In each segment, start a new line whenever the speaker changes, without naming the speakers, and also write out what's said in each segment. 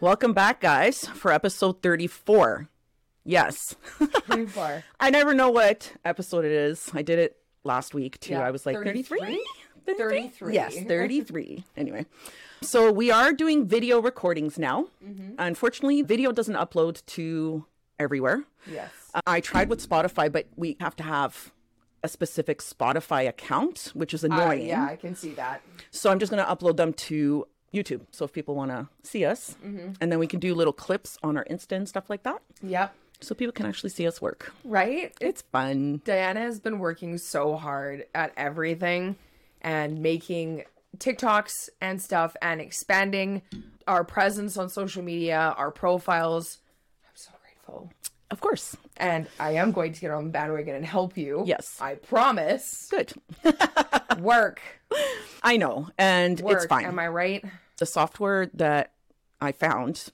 Welcome back, guys, for episode 34. Yes.
Too far.
I never know what episode it is. I did it last week too.
Yeah,
I was like 33?
33? 33.
Yes, 33. anyway. So we are doing video recordings now.
Mm-hmm.
Unfortunately, video doesn't upload to everywhere.
Yes.
Uh, I tried with Spotify, but we have to have a specific Spotify account, which is
Uh,
annoying.
yeah, I can see that.
So I'm just going to upload them to YouTube. So if people want to see us,
Mm-hmm.
and then we can do little clips on our Insta and stuff like that.
Yep.
So people can actually see us work.
Right?
It's fun.
Diana has been working so hard at everything and making TikToks and stuff and expanding our presence on social media, our profiles. I'm so grateful.
Of course.
And I am going to get on the bandwagon and help you.
Yes.
I promise.
Good.
Work.
I know. And
Work.
it's fine.
Am I right?
the software that I found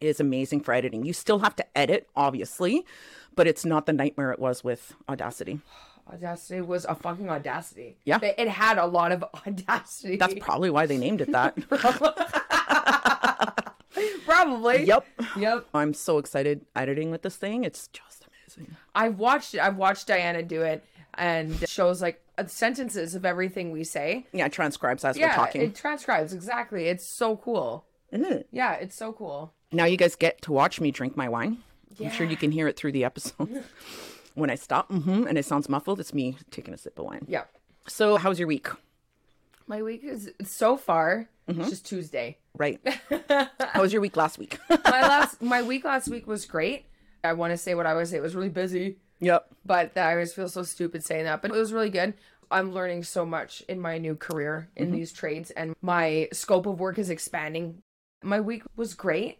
is amazing for editing. You still have to edit, obviously, but it's not the nightmare it was with Audacity.
Audacity was a fucking audacity.
Yeah.
They- It had a lot of audacity.
That's probably why they named it that.
probably.
yep.
Yep.
I'm so excited editing with this thing. It's just amazing.
I've watched it. I've watched Diana do it and shows like uh, sentences of everything we say.
Yeah, it transcribes as we're
Yeah,
talking.
it transcribes exactly. It's so cool.
Isn't it?
Yeah, it's so cool.
Now you guys get to watch me drink my wine. I'm sure
Yeah.
you can hear it through the episode. when I stop mhm, and it sounds muffled, it's me taking a sip of wine.
Yeah.
So, how's your week?
My week is so far
Mm-hmm.
it's just Tuesday.
Right. How was your week last week?
My last my week last week was great. I want to say what I would say it was really busy,
yep.
but I always feel so stupid saying that. But it was really good. I'm learning so much in my new career in
Mm-hmm.
these trades, and my scope of work is expanding. My week was great.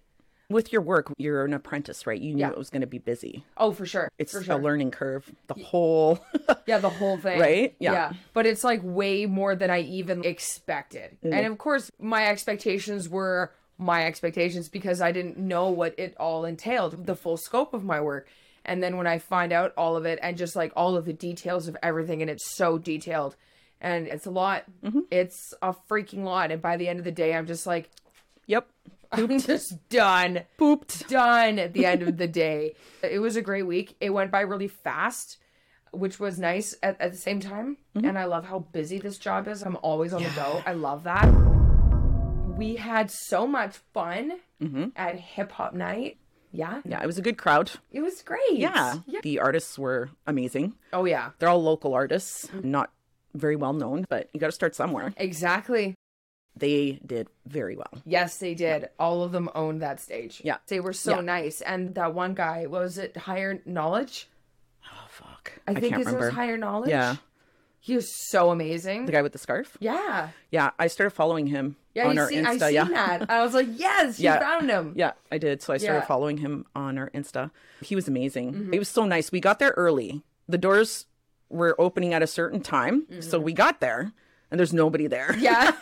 With your work, you're an apprentice, right? You knew
Yeah.
it was going to be busy.
Oh, for sure.
It's
for
a
sure.
learning curve, the whole.
Yeah, the whole thing.
Right? Yeah.
Yeah. But it's like way more than I even expected.
Mm-hmm.
And of course, my expectations were my expectations because I didn't know what it all entailed, the full scope of my work. And then when I find out all of it and just like all of the details of everything, and it's so detailed and it's a lot.
Mm-hmm.
It's a freaking lot. And by the end of the day, I'm just like,
yep.
I'm just done
Pooped.
done at the end of the day. It was a great week. It went by really fast, which was nice at, at the same time.
Mm-hmm.
And I love how busy this job is. I'm always on the go. I love that. We had so much fun at hip hop night. Yeah.
Mm-hmm. Yeah, it was a good crowd.
It was great.
Yeah. The artists were amazing.
Oh, yeah.
They're all local artists,
Mm-hmm.
not very well known, but you got to start somewhere.
Exactly.
They did very well.
Yes, they did. All of them owned that stage.
Yeah.
They were so
Yeah.
nice. And that one guy, what was it Higher Knowledge?
Oh, fuck.
I, think
can't
his name
remember.
was Higher Knowledge.
Yeah.
He was so amazing.
The guy with the scarf?
Yeah.
Yeah, I started following him
Yeah,
on
you
our
see, I
Insta.
seen
yeah.
that. I was like, yes, she
Yeah.
found him.
Yeah, I did. So I started
Yeah. Mm-hmm.
following him on our Insta. He was amazing. It was so nice. We got there early. The doors were opening at a certain time.
Mm-hmm.
So we got there and there's nobody there.
Yeah.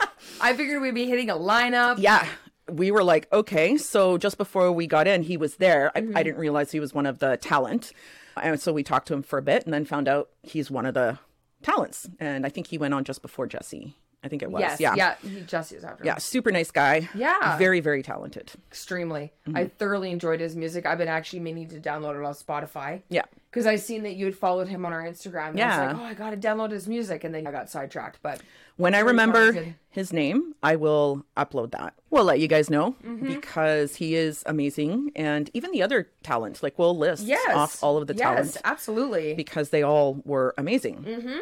I figured we'd be hitting a lineup.
Yeah. We were like, okay. So just before we got in, he was there.
Mm-hmm.
I, I didn't realize he was one of the talent. And so we talked to him for a bit and then found out he's one of the talents. And I think he went on just before Jesse. I think it was.
Yes.
yeah.
Yeah. He just was after him.
Yeah, Super nice guy.
Yeah.
Very, very talented.
Extremely. I
Mm-hmm.
thoroughly enjoyed his music. I've been actually meaning to download it on Spotify.
Yeah.
Because I seen that you had followed him on our Instagram. And I
Yeah.
was like, oh, I got to download his music. And then I got sidetracked. But
When I remember
talented.
his name, I will upload that. We'll let you guys know
Mm-hmm.
because he is amazing. And even the other talent, like we'll list
yes.
off all of the
yes,
talent
absolutely.
because they all were amazing. Mm-hmm.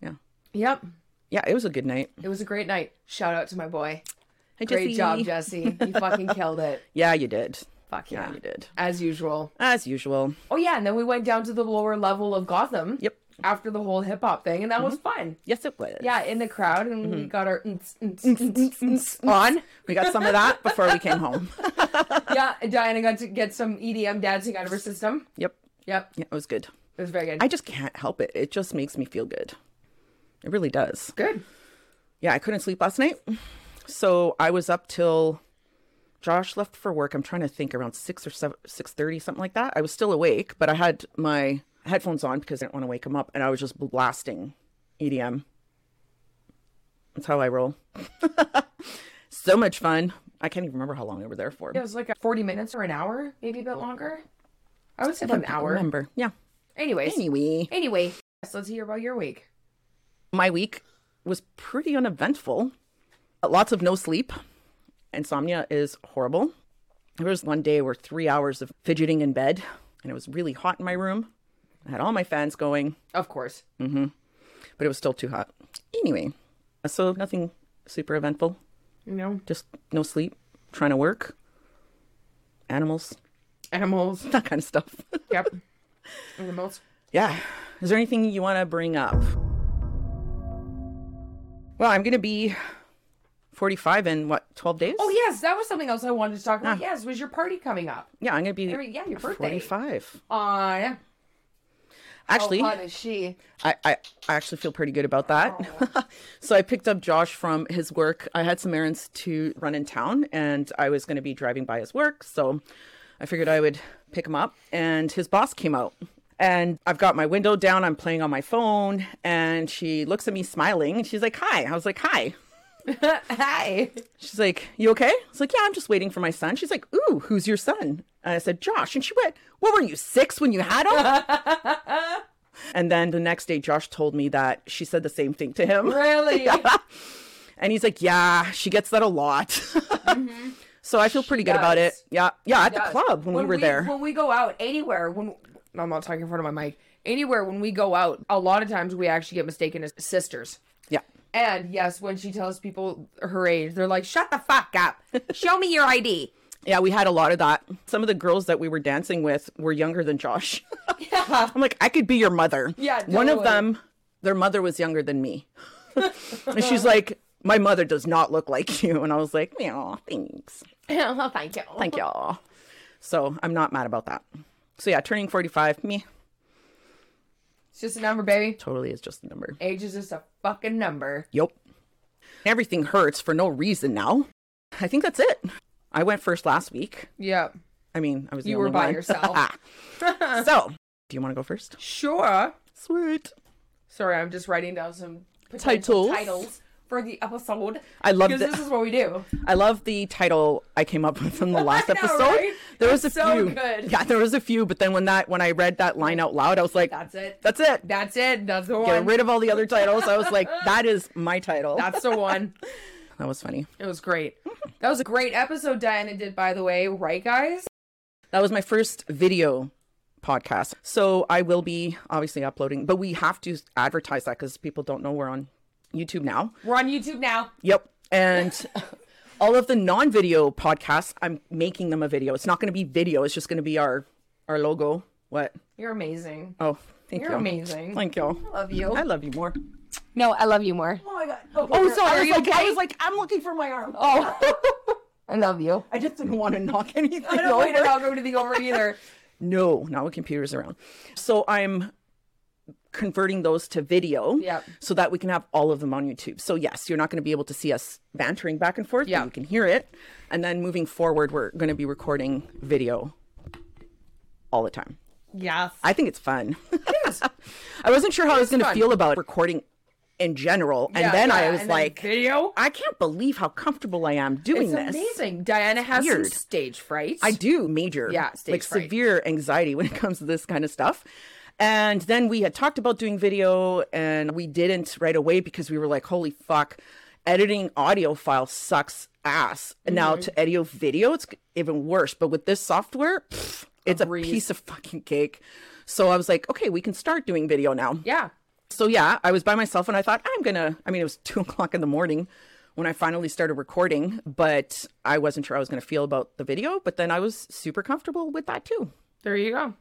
Yeah.
yep.
Yeah, it was a good night.
It was a great night. Shout out to my boy.
Hey,
Great
Jesse.
job, Jesse. You fucking killed it.
Yeah, you did.
Fuck
Yeah,
yeah.
you did.
As usual.
As usual.
Oh yeah, and then we went down to the lower level of Gotham.
Yep.
After the whole hip hop thing, and that was
Mm-hmm.
fun.
Yes, it was.
Yeah, in the crowd, and
Mm-hmm.
we got our mm-ts, mm-ts, mm-ts, mm-ts on.
We got some of that before we came home.
Yeah, and Diana got to get some EDM dancing out of her system.
yep.
Yep,
Yeah, it was good.
it was very good.
I just can't help it. It just makes me feel good. It really does.
good.
yeah, I couldn't sleep last night. So I was up till Josh left for work. I'm trying to think around six or seven, six thirty, something like that. I was still awake, but I had my headphones on because I didn't want to wake him up, and I was just blasting E EDM. That's how I roll. so much fun. I can't even remember how long we were there for.
It was like 40 minutes or an hour, maybe a bit longer. I would say about an
I
hour.
remember. Yeah.
Anyways,
Anyway,
anyway, so let's hear about your week.
my week was pretty uneventful. Lots of no sleep. Insomnia is horrible. There was one day where three hours of fidgeting in bed, and it was really hot in my room. I had all my fans going,
Of course.
but it was still too hot. Anyway, so nothing super eventful.
You know,
Just no sleep, trying to work, animals,
animals.
that kind of stuff.
yep. Animals.
Yeah. Is there anything you want to bring up? Well, I'm going to be 45 in what, 12 days?
Oh, yes, that was something else I wanted to talk
Ah.
about. Yes, was your party coming up?
yeah. I'm going to be
I mean, yeah, your birthday.
45.
Uh, yeah.
Actually,
How hot is she?
I, I, I actually feel pretty good about that.
Oh.
so I picked up Josh from his work. I had some errands to run in town and I was going to be driving by his work. So I figured I would pick him up. And his boss came out. And I've got my window down. I'm playing on my phone. And she looks at me smiling and she's like, Hi. I was like, Hi.
Hi.
She's like, You okay? I was like, Yeah, I'm just waiting for my son. She's like, Ooh, who's your son? And I said, Josh. And she went, What were you, six when you had him? and then the next day, Josh told me that she said the same thing to him.
Really?
And he's like, Yeah, she gets that a lot. So I feel pretty good about it.
does.
Yeah. Yeah, at
does.
the club when, we were there.
When we go out anywhere, when no, I'm not talking in front of my mic, anywhere when we go out, a lot of times we actually get mistaken as sisters.
yeah.
And yes, when she tells people her age, they're like, "Shut the fuck up! Show me your ID."
Yeah, we had a lot of that. Some of the girls that we were dancing with were younger than Josh.
Yeah.
I'm like, I could be your mother.
Yeah,
One of
totally.
them, their mother was younger than me. and she's like, My mother does not look like you. And I was like, Yeah, thanks.
well, thank you.
Thank y'all. So I'm not mad about that. So yeah, turning 45, me
It's just a number, baby.
totally is just a number.
Age is just a fucking number.
Yep. Everything hurts for no reason now. I think that's it. I went first last week.
Yep.
I mean, I was the
You
only
were by
one.
yourself.
so, do you want to go first?
Sure.
Sweet.
Sorry, I'm just writing down some potential
Titles.
titles for the episode
I love
because
that-
this is what we do.
I love the title I came up with in the last
I know,
episode.
right?
There was a
It's so
few.
good.
Yeah, there was a few, but then when that when I read that line out loud, I was like,
That's it.
That's it.
That's it. That's the
Get
one.
rid of all the other titles. I was like, that is my title.
That's the one.
that was funny.
It was great. That was a great episode Diana did, by the way, right, guys?
That was my first video podcast. So I will be obviously uploading, but we have to advertise that because people don't know we're on YouTube now.
We're on YouTube now.
Yep. And all of the non-video podcasts, I'm making them a video. It's not going to be video. It's just going to be our our logo. What?
You're amazing.
Oh, thank
You're
you.
amazing.
Thank you.
I love you.
I love you more.
No, I love you more. Oh my god.
Oh, sorry. I was, like, I was like, I'm looking for my arm.
Oh. I love you.
I just didn't want to knock anything
I don't want
over.
to talk anything over either.
No, not with computers around. So I'm converting those to video
Yep.
so that we can have all of them on YouTube. So yes, you're not going to be able to see us bantering back and forth, but
Yeah.
you can hear it. And then moving forward, we're going to be recording video all the time.
Yes.
I think it's fun. I wasn't sure how I was going to
fun.
feel about recording in general, and
Yeah,
then
yeah,
I was
and then
like,
video.
I can't believe how comfortable I am doing this.
It's amazing. Diana has some
weird.
stage fright.
I do major,
Yeah, stage
like
fright.
severe anxiety when it comes to this kind of stuff. And then we had talked about doing video, and we didn't right away because we were like, "Holy fuck, editing audio file sucks ass." And now
Mm-hmm.
to edit video, it's even worse. But with this software, pff, it's a
breeze.
piece of fucking cake. So I was like, "Okay, we can start doing video now."
Yeah.
So yeah, I was by myself and I thought I'm gonna. I mean, it was two o'clock in the morning when I finally started recording, but I wasn't sure I was gonna feel about the video. But then I was super comfortable with that too.
There you go.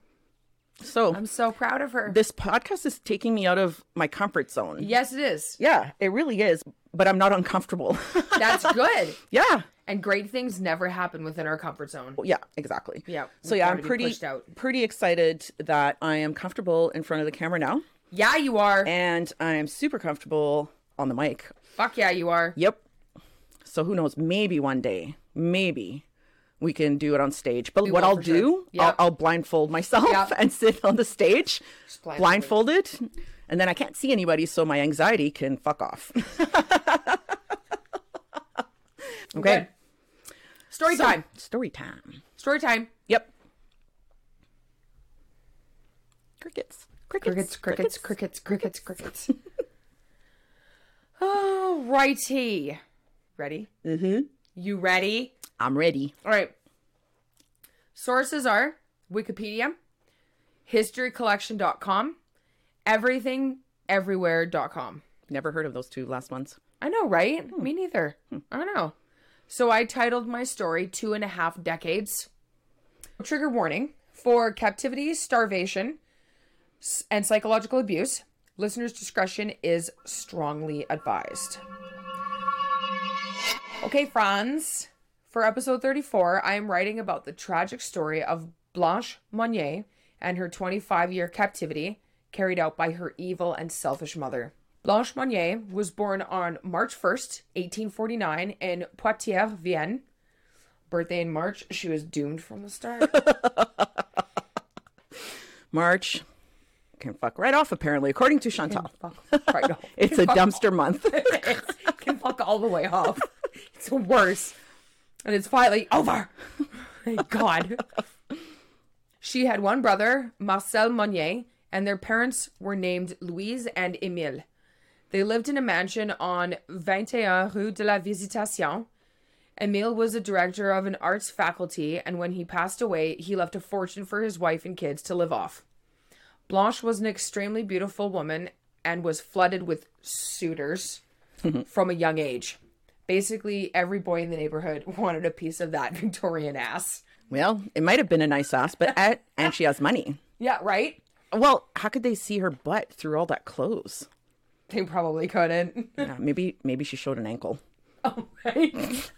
So
I'm so proud of her.
this podcast is taking me out of my comfort zone.
yes, it is.
Yeah, it really is. But I'm not uncomfortable.
That's good.
yeah,
And great things never happen within our comfort zone.
yeah, exactly.
Yeah,
So
we
yeah,
gotta
I'm
be
pretty
pushed out.
pretty excited that I am comfortable in front of the camera now,
Yeah, you are.
and I am super comfortable on the mic.
Fuck yeah, you are.
Yep. So who knows? Maybe one day, maybe we can do it on stage. But what
will
I'll
for sure.
do,
Yep.
I'll, I'll blindfold myself
Yep.
and sit on the stage,
blindfolded.
blindfolded, and then I can't see anybody, so my anxiety can fuck off. okay.
Good. Story
So-
time.
Story time.
Story time.
Yep. Crickets. Crickets.
Crickets, crickets, crickets, crickets, crickets. oh, righty. Ready? Mm-hmm. You ready?
I'm ready.
All right. Sources are Wikipedia, historycollection.com, everythingeverywhere.com.
Never heard of those two last ones.
I know, right? Me neither. I know. So I titled my story Two and a Half Decades. Trigger warning for captivity, starvation, s- and psychological abuse. Listener's discretion is strongly advised. Okay, Franz, for episode 34, I am writing about the tragic story of Blanche Monnier and her 25 year captivity carried out by her evil and selfish mother. Blanche Monnier was born on March 1st, 1849, in Poitiers, Vienne. Birthday in March, she was doomed from the start.
March can fuck right off, apparently, according to Chantal.
fuck right off.
It's a dumpster month.
It's- can fuck all the way off. It's worse. And it's finally over. Thank God. She had one brother, Marcel Monnier, and their parents were named Louise and Emile. They lived in a mansion on 21 Rue de la Visitation. Emile was a director of an arts faculty, and when he passed away, he left a fortune for his wife and kids to live off. Blanche was an extremely beautiful woman and was flooded with suitors from a young age. Basically, every boy in the neighborhood wanted a piece of that Victorian ass.
well, it might have been a nice ass, but at, and she has money.
Yeah, right?
Well, how could they see her butt through all that clothes?
They probably couldn't.
Yeah, maybe maybe she showed an ankle.
Oh, right.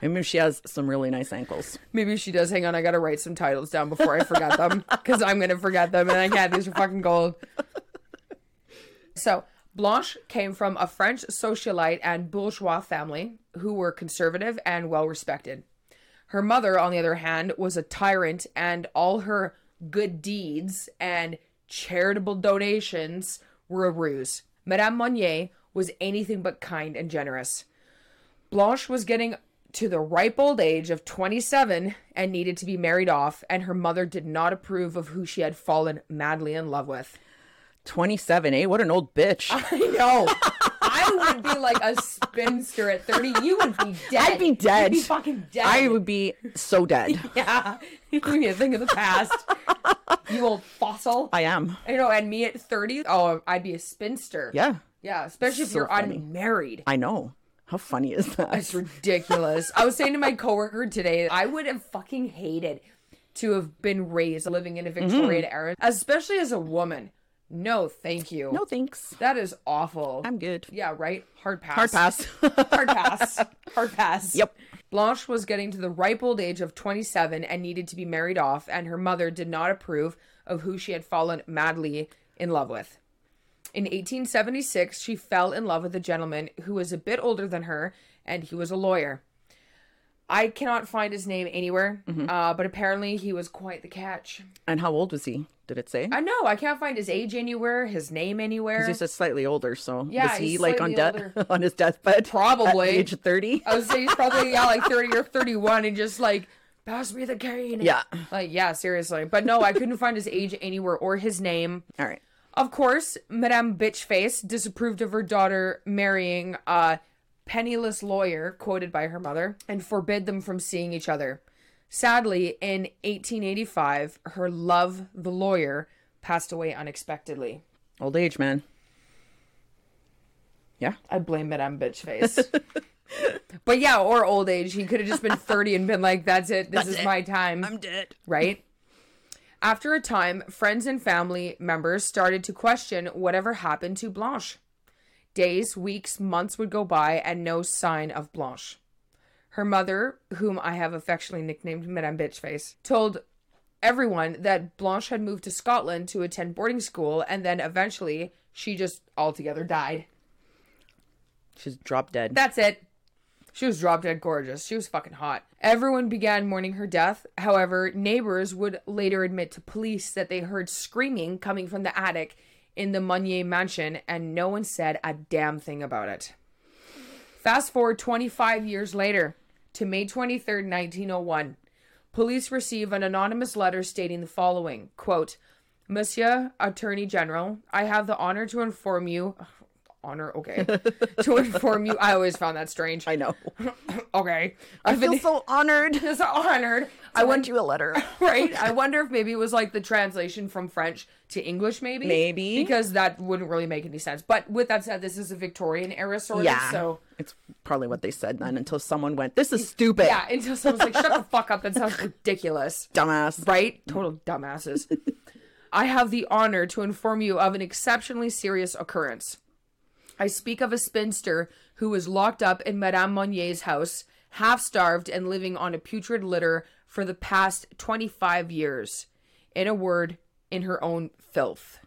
Maybe she has some really nice ankles.
Maybe she does. Hang on, I gotta write some titles down before I forget them because I'm gonna forget them and I can't. These are fucking gold. So, Blanche came from a French socialite and bourgeois family who were conservative and well respected. Her mother, on the other hand, was a tyrant, and all her good deeds and charitable donations were a ruse. Madame Monnier was anything but kind and generous. Blanche was getting to the ripe old age of 27 and needed to be married off, and her mother did not approve of who she had fallen madly in love with.
27, eh? What an old bitch.
I know. I would be like a spinster at 30. You would be dead.
I'd be dead.
You'd be fucking dead.
I would be so dead.
Yeah. You'd be a thing of the past. you old fossil.
I am.
I know. And me at 30, oh, I'd be a spinster.
Yeah,
Yeah. Especially if
So
you're
funny.
unmarried.
I know. How funny is that?
It's ridiculous. I was saying to my coworker today, I would have fucking hated to have been raised living in a Victorian
Mm-hmm.
era, especially as a woman. No, thank you.
No thanks.
That is awful.
I'm good.
yeah, right? Hard pass.
Hard pass.
Hard pass. Hard pass.
Yep.
Blanche was getting to the ripe old age of 27 and needed to be married off, and her mother did not approve of who she had fallen madly in love with. In 1876, she fell in love with a gentleman who was a bit older than her, and he was a lawyer. I cannot find his name anywhere,
Mm-hmm.
uh, but apparently he was quite the catch.
and how old was he? Did it say?
I know, I can't find his age anywhere, his name anywhere.
He's just slightly older, so
Yeah,
was he
he's
like on
slightly
death on his deathbed?
Probably.
at age thirty.
I would say he's probably yeah, like thirty or thirty-one, and just like pass me the cane.
Yeah.
like yeah, seriously. But no, I couldn't find his age anywhere or his name.
All right.
Of course, Madame Bitchface disapproved of her daughter marrying a penniless lawyer, quoted by her mother, and forbid them from seeing each other. Sadly, in 1885, her love, the lawyer, passed away unexpectedly.
Old age, man. Yeah.
I blame Madame Bitchface. but yeah, or old age. He could have just been 30 and been like, that's it. This is
it.
my time.
dead.
right? After a time, friends and family members started to question whatever happened to Blanche. Days, weeks, months would go by and no sign of Blanche. Her mother, whom I have affectionately nicknamed Madame Bitchface, told everyone that Blanche had moved to Scotland to attend boarding school and then eventually she just altogether died.
She's drop dead.
That's it. She was drop dead gorgeous. She was fucking hot. Everyone began mourning her death. However, neighbors would later admit to police that they heard screaming coming from the attic in the Monnier mansion, and no one said a damn thing about it. Fast forward 25 years later, to May oh 23rd, 1901. Police receive an anonymous letter stating the following quote, Monsieur Attorney General, I have the honor to inform you. Honor, okay. to inform you, I always found that strange.
I know.
Okay.
I feel so honored.
It's honored.
I went you a letter.
right? I wonder if maybe it was like the translation from French to English, maybe.
Maybe.
Because that wouldn't really make any sense. But with that said, this is a Victorian era sort
Yeah.
of. So
It's probably what they said then until someone went, this is stupid.
yeah, until someone's like, shut the fuck up, that sounds ridiculous.
Dumbass.
Right? Total dumbasses. I have the honor to inform you of an exceptionally serious occurrence. I speak of a spinster who was locked up in Madame Monnier's house, half starved and living on a putrid litter for the past 25 years. In a word, in her own filth.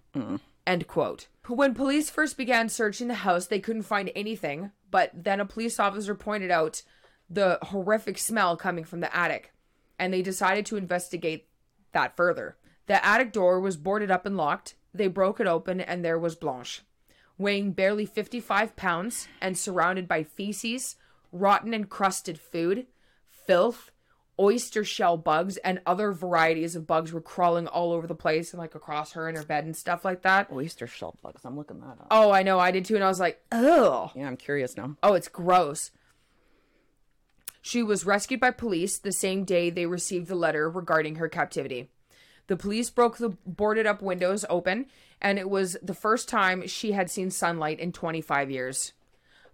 End quote. When police first began searching the house, they couldn't find anything, but then a police officer pointed out the horrific smell coming from the attic, and they decided to investigate that further. The attic door was boarded up and locked. They broke it open, and there was Blanche, weighing barely 55 pounds and surrounded by feces, rotten and crusted food, filth, oyster shell bugs, and other varieties of bugs were crawling all over the place and like across her and her bed and stuff like that.
Oyster shell bugs. I'm looking that up.
Oh, I know, I did too, and I was like, oh,
Yeah, I'm curious now.
oh, it's gross. She was rescued by police the same day they received the letter regarding her captivity. The police broke the boarded up windows open, and it was the first time she had seen sunlight in 25 years.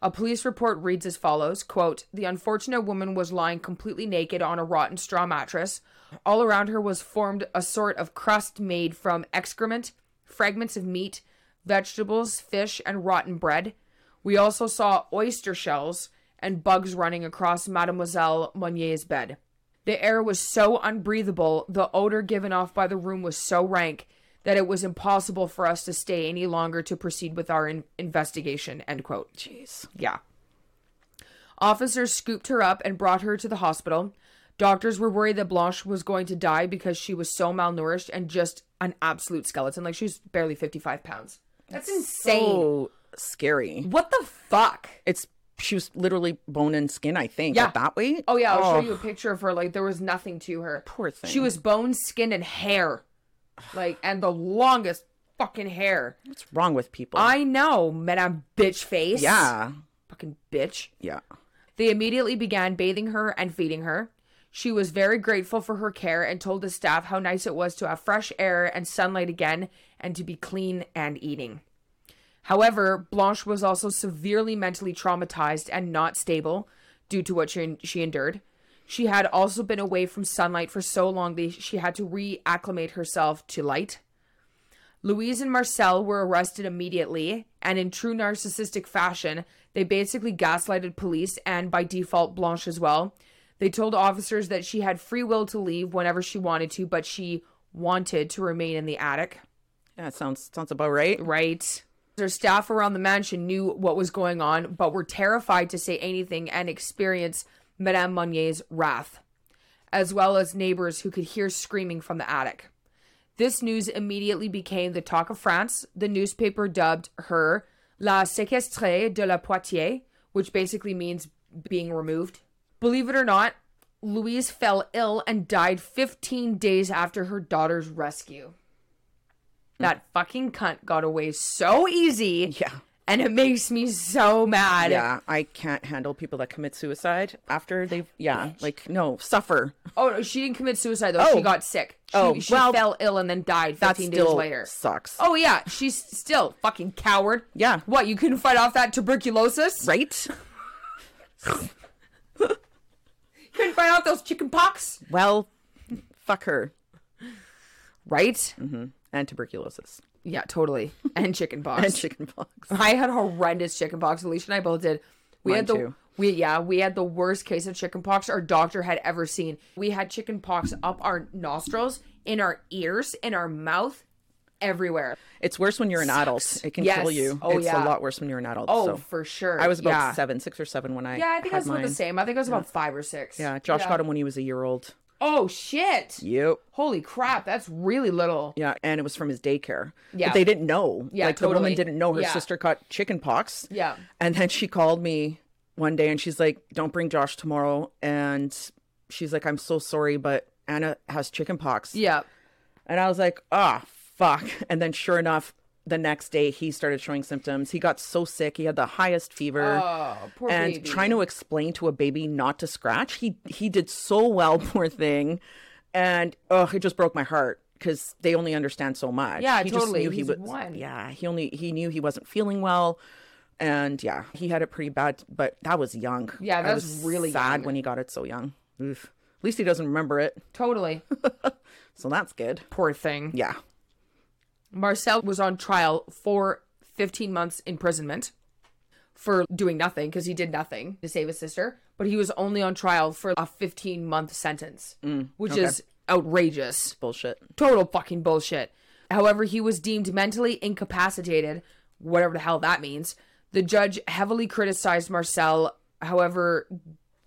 A police report reads as follows quote, The unfortunate woman was lying completely naked on a rotten straw mattress. All around her was formed a sort of crust made from excrement, fragments of meat, vegetables, fish, and rotten bread. We also saw oyster shells and bugs running across Mademoiselle Monnier's bed. The air was so unbreathable, the odor given off by the room was so rank that it was impossible for us to stay any longer to proceed with our in- investigation. End quote.
Jeez.
Yeah. Officers scooped her up and brought her to the hospital. Doctors were worried that Blanche was going to die because she was so malnourished and just an absolute skeleton. Like she was barely 55 pounds. That's insane.
So scary.
What the fuck?
It's she was literally bone and skin, I think.
Yeah.
At that weight.
Oh yeah, I'll show you a picture of her. Like there was nothing to her.
Poor thing.
She was bone, skin, and hair. Like and the longest fucking hair.
What's wrong with people?
I know, Madame bitch face.
yeah.
Fucking bitch.
Yeah.
They immediately began bathing her and feeding her. She was very grateful for her care and told the staff how nice it was to have fresh air and sunlight again and to be clean and eating. However, Blanche was also severely mentally traumatized and not stable due to what she, she endured. She had also been away from sunlight for so long that she had to reacclimate herself to light. Louise and Marcel were arrested immediately, and in true narcissistic fashion, they basically gaslighted police and by default Blanche as well. They told officers that she had free will to leave whenever she wanted to, but she wanted to remain in the attic.
Yeah, it sounds sounds about right.
Right. Their staff around the mansion knew what was going on, but were terrified to say anything and experience Madame Monnier's wrath, as well as neighbors who could hear screaming from the attic. This news immediately became the talk of France. The newspaper dubbed her La Séquestrée de la Poitiers, which basically means being removed. Believe it or not, Louise fell ill and died 15 days after her daughter's rescue. That fucking cunt got away so easy,
Yeah.
and it makes me so mad.
Yeah, I can't handle people that commit suicide after they've yeah, like no, suffer.
Oh, no, she didn't commit suicide though. She
Oh.
got sick. She,
Oh,
she
well,
fell ill and then died
That
15 days
still
later.
sucks.
Oh yeah, she's still fucking coward.
Yeah.
What, you couldn't fight off that tuberculosis?
Right?
Couldn't fight off those chicken pox?
Well, fuck her.
Right?
And tuberculosis.
Yeah, totally. And chicken pox.
And chickenpox.
I had horrendous chicken pox. Alicia and I both did. We
Mine
had the
too.
we yeah, we had the worst case of chicken pox our doctor had ever seen. We had chicken pox up our nostrils, in our ears, in our mouth, everywhere.
It's worse when you're an adult. It can
Yes.
kill you.
Oh,
it's
yeah.
a lot worse when you're an adult.
Oh,
so.
for sure.
I was about
yeah.
seven, six or seven when I
Yeah, I think I
had
was
mine.
about the same. I think I was about five or six.
Yeah, Josh got him when he was a year old.
Oh shit.
Yep.
Holy crap, that's really little.
Yeah, and it was from his daycare.
Yeah.
But they didn't know.
Yeah,
like the
totally.
woman didn't know her
Yeah.
sister got chickenpox.
Yeah.
And then she called me one day and she's like, "Don't bring Josh tomorrow." And she's like, "I'm so sorry, but Anna has chicken pox."
Yeah.
And I was like, "Ah, fuck." And then sure enough, the next day he started showing symptoms. He got so sick. He had the highest fever
Oh, poor
and
baby.
trying to explain to a baby not to scratch. He he did so well, poor thing, and oh, it just broke my heart because they only understand so much.
Yeah,
he
totally.
he
He's
was
one.
yeah. He only he knew he wasn't feeling well, and yeah, he had it pretty bad. But that was young.
Yeah,
I
that's
was
really
sad
young.
when he got it so young. Oof. At least he doesn't remember it,
totally.
so that's good.
poor thing.
Yeah,
Marcel was on trial for 15 months imprisonment for doing nothing because he did nothing to save his sister, but he was only on trial for a 15 month sentence, which is outrageous.
bullshit.
Total fucking bullshit. However, he was deemed mentally incapacitated, whatever the hell that means. The judge heavily criticized Marcel. However,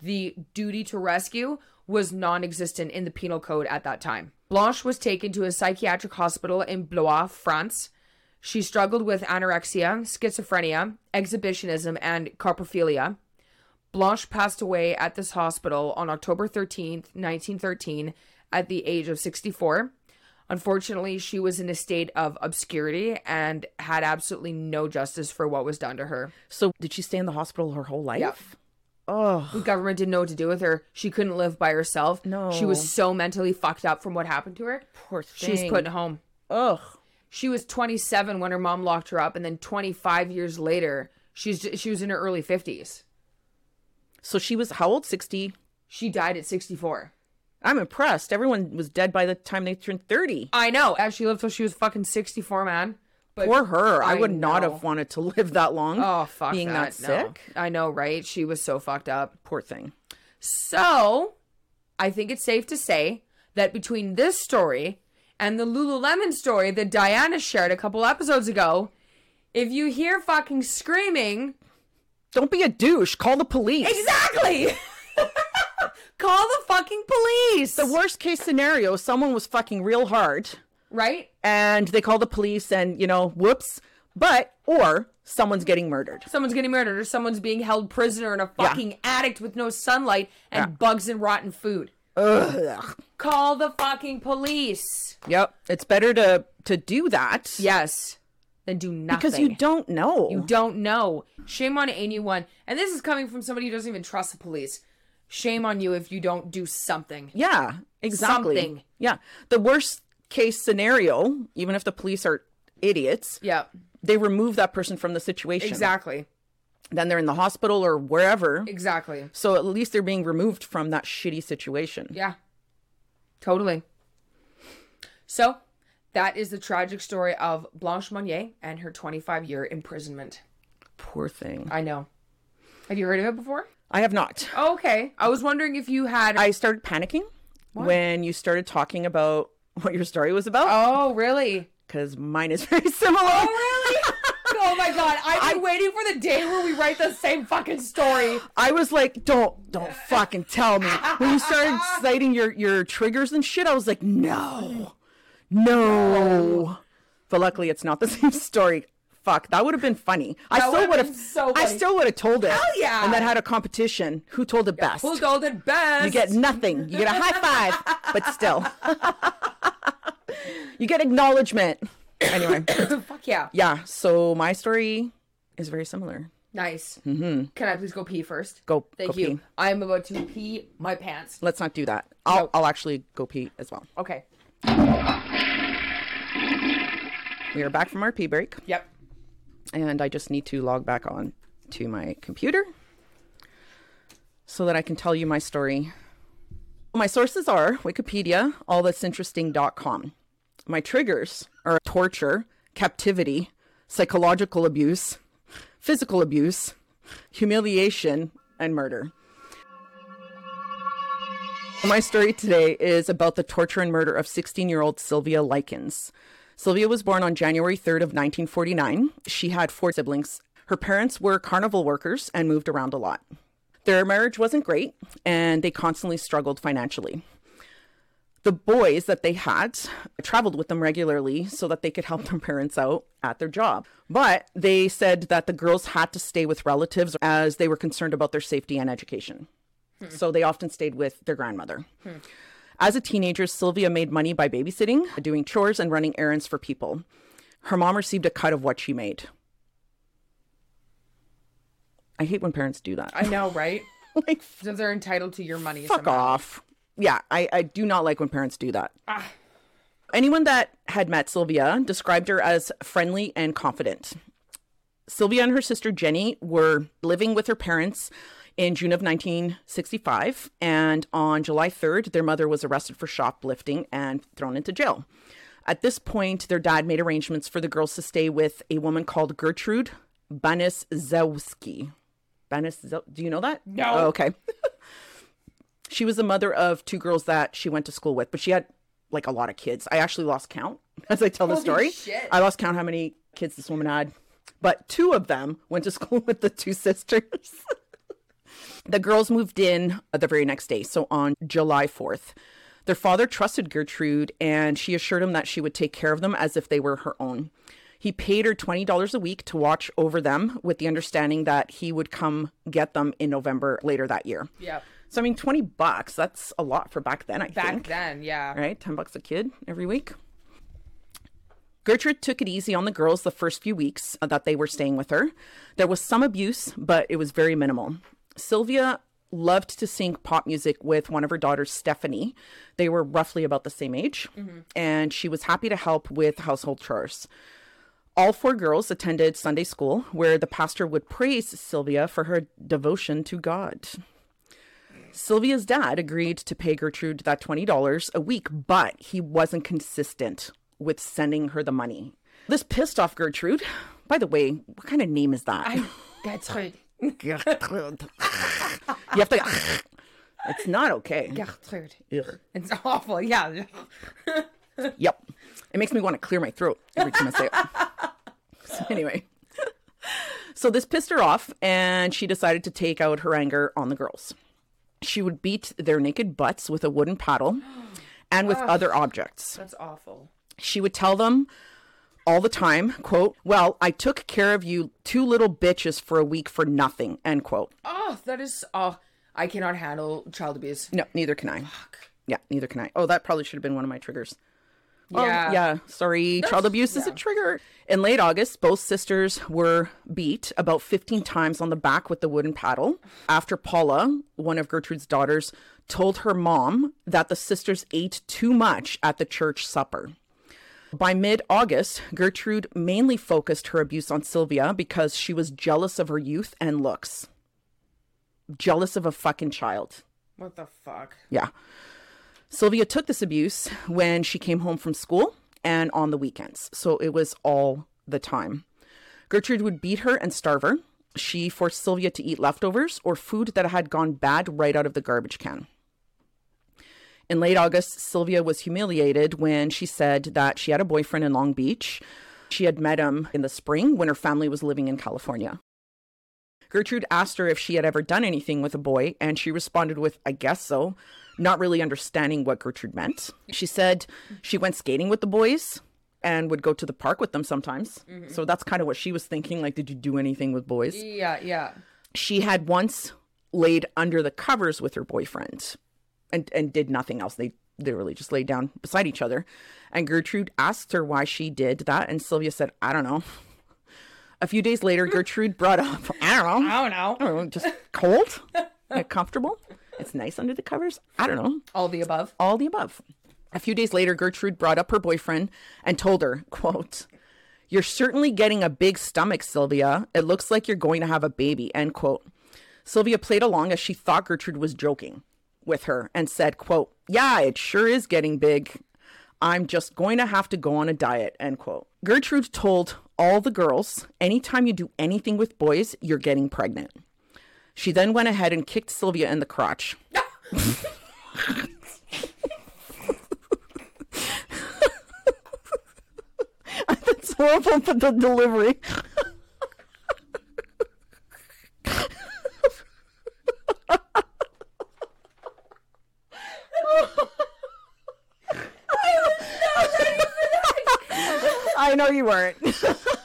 the duty to rescue was non existent in the penal code at that time. Blanche was taken to a psychiatric hospital in Blois, France. She struggled with anorexia, schizophrenia, exhibitionism, and coprophilia. Blanche passed away at this hospital on October 13th, 1913, at the age of 64. Unfortunately, she was in a state of obscurity and had absolutely no justice for what was done to her.
So did she stay in the hospital her whole life? Oh,
The government didn't know what to do with her. She couldn't live by herself.
No.
She was so mentally fucked up from what happened to her.
poor
She was put in a home.
Ugh.
She was 27 when her mom locked her up, and then 25 years later, she's she was in her early 50s.
So she was how old? Sixty.
She died at 64.
I'm impressed. Everyone was dead by the time they turned 30.
I know. As she lived till she was fucking 64, man. But
Poor her. I,
I
would not
know.
have wanted to live that long.
oh fuck,
being
that,
that, sick.
No. I know, right? She was so fucked up.
Poor thing.
So, I think it's safe to say that between this story and the Lululemon story that Diana shared a couple episodes ago, if you hear fucking screaming,
Don't be a douche. Call the police.
exactly. Call the fucking police.
The worst case scenario, someone was fucking real hard
right?
and they call the police and, you know, whoops. But, or someone's getting murdered.
someone's getting murdered or someone's being held prisoner in a fucking attic with no sunlight and bugs and rotten food.
Ugh.
Call the fucking police.
Yep. It's better to to do that.
Yes. Then do nothing.
Because you don't know.
You don't know. Shame on anyone. And this is coming from somebody who doesn't even trust the police. Shame on you if you don't do something.
Yeah, exactly.
Something.
Yeah. The worst case scenario, even if the police are idiots,
Yeah.
they remove that person from the situation.
Exactly.
Then they're in the hospital or wherever.
Exactly.
So at least they're being removed from that shitty situation.
Yeah. Totally. So, that is the tragic story of Blanche Monnier and her 25 year imprisonment.
Poor thing.
I know. Have you heard of it before?
I have not.
okay. I was wondering if you had.
I started panicking when you started talking about what your story was about
oh, really?
because mine is very similar.
Really? oh my god! I've been waiting for the day where we write the same fucking story.
I was like, don't, don't fucking tell me. When you started citing your your triggers and shit, I was like, no, no. But luckily, it's not the same story. Fuck, that would have been funny. I still
would've
would have.
been so
I
funny.
still would have told it. Hell
yeah.
And then had a competition. Who told it best?
Who told it best?
You get nothing. You get a high five, but still. you get acknowledgement. Anyway,
Fuck yeah!
yeah, so my story is very similar.
Nice. Mm-hmm. Can I please go pee first?
Go,
Thank
go
you.
pee.
I am about to pee my pants.
Let's not do that. I'll, I'll actually go pee as well.
Okay.
We are back from our pee break,
Yep.
and I just need to log back on to my computer so that I can tell you my story. My sources are Wikipedia, allthat'sinteresting.com. My triggers are torture, captivity, psychological abuse, physical abuse, humiliation, and murder. My story today is about the torture and murder of 16-year-old Sylvia Likens. Sylvia was born on January 3rd of 1949. She had four siblings. Her parents were carnival workers and moved around a lot. Their marriage wasn't great, and they constantly struggled financially. the boys that they had traveled with them regularly so that they could help their parents out at their job. But they said that the girls had to stay with relatives as they were concerned about their safety and education. So they often stayed with their grandmother. As a teenager, Sylvia made money by babysitting, doing chores, and running errands for people. Her mom received a cut of what she made. I hate when parents do that.
I know, right?
like,
Since they're entitled to your money.
fuck off. Yeah, I, I do not like when parents do that.
Ah.
Anyone that had met Sylvia described her as friendly and confident. Sylvia and her sister Jenny were living with her parents in June of 1965, and on July 3rd, their mother was arrested for shoplifting and thrown into jail. At this point, their dad made arrangements for the girls to stay with a woman called Gertrude Banis-Zewski. Banis, do you know that?
No.
Oh, okay. she was the mother of two girls that she went to school with, but she had like a lot of kids. I actually lost count as I tell the
Holy
story.
shit.
I lost count how many kids this woman had, but two of them went to school with the two sisters. the girls moved in the very next day, so on July 4th. Their father trusted Gertrude and she assured him that she would take care of them as if they were her own. He paid her $20 a week to watch over them with the understanding that he would come get them in November later that year.
Yeah.
So I mean, twenty bucks—that's a lot for back then. I
Back
think,
then, yeah.
right? Ten bucks a kid every week. Gertrude took it easy on the girls the first few weeks uh, that they were staying with her. There was some abuse, but it was very minimal. Sylvia loved to sing pop music with one of her daughters, Stephanie. They were roughly about the same age, and she was happy to help with household chores. All four girls attended Sunday school, where the pastor would praise Sylvia for her devotion to God. Sylvia's dad agreed to pay Gertrude that $20 a week, but he wasn't consistent with sending her the money. This pissed off Gertrude. By the way, what kind of name is that?
Gertrude.
Gertrude. you have to. It's not okay.
Gertrude.
Ugh.
It's awful. Yeah.
Yep. It makes me want to clear my throat every time I say it. So anyway. So this pissed her off and she decided to take out her anger on the girls. She would beat their naked butts with a wooden paddle and with other objects.
That's awful.
She would tell them all the time, quote, "Well, I took care of you two little bitches for a week for nothing." End quote.
Oh, that is. Oh, I cannot handle child abuse.
No, neither can I. Yeah, neither can I. Oh, that probably should have been one of my triggers. Oh,
Yeah.
yeah. Sorry. Child abuse is a trigger. In late August, both sisters were beat about 15 times on the back with the wooden paddle after Paula, one of Gertrude's daughters, told her mom that the sisters ate too much at the church supper. By mid August, Gertrude mainly focused her abuse on Sylvia because she was jealous of her youth and looks. Jealous of a fucking child.
What the fuck?
Yeah. Sylvia took this abuse when she came home from school and on the weekends. So it was all the time. Gertrude would beat her and starve her. She forced Sylvia to eat leftovers or food that had gone bad right out of the garbage can. In late August, Sylvia was humiliated when she said that she had a boyfriend in Long Beach. She had met him in the spring when her family was living in California. Gertrude asked her if she had ever done anything with a boy, and she responded with, I guess so, not really understanding what Gertrude meant. She said she went skating with the boys and would go to the park with them sometimes. So that's kind of what she was thinking like, did you do anything with boys?
Yeah, yeah.
she had once laid under the covers with her boyfriend and and did nothing else they literally just laid down beside each other and gertrude asked her why she did that and sylvia said i don't know a few days later gertrude brought up i don't know
I don't know.
I don't know, just cold and comfortable it's nice under the covers i don't know
All the above.
all the above. A few days later, Gertrude brought up her boyfriend and told her, quote, You're certainly getting a big stomach, Sylvia. It looks like you're going to have a baby, end quote. Sylvia played along as she thought Gertrude was joking with her and said, quote, Yeah, it sure is getting big. I'm just going to have to go on a diet, end quote. Gertrude told all the girls, anytime you do anything with boys, you're getting pregnant. She then went ahead and kicked Sylvia in the crotch. That's horrible, but the delivery. I know you weren't.
What?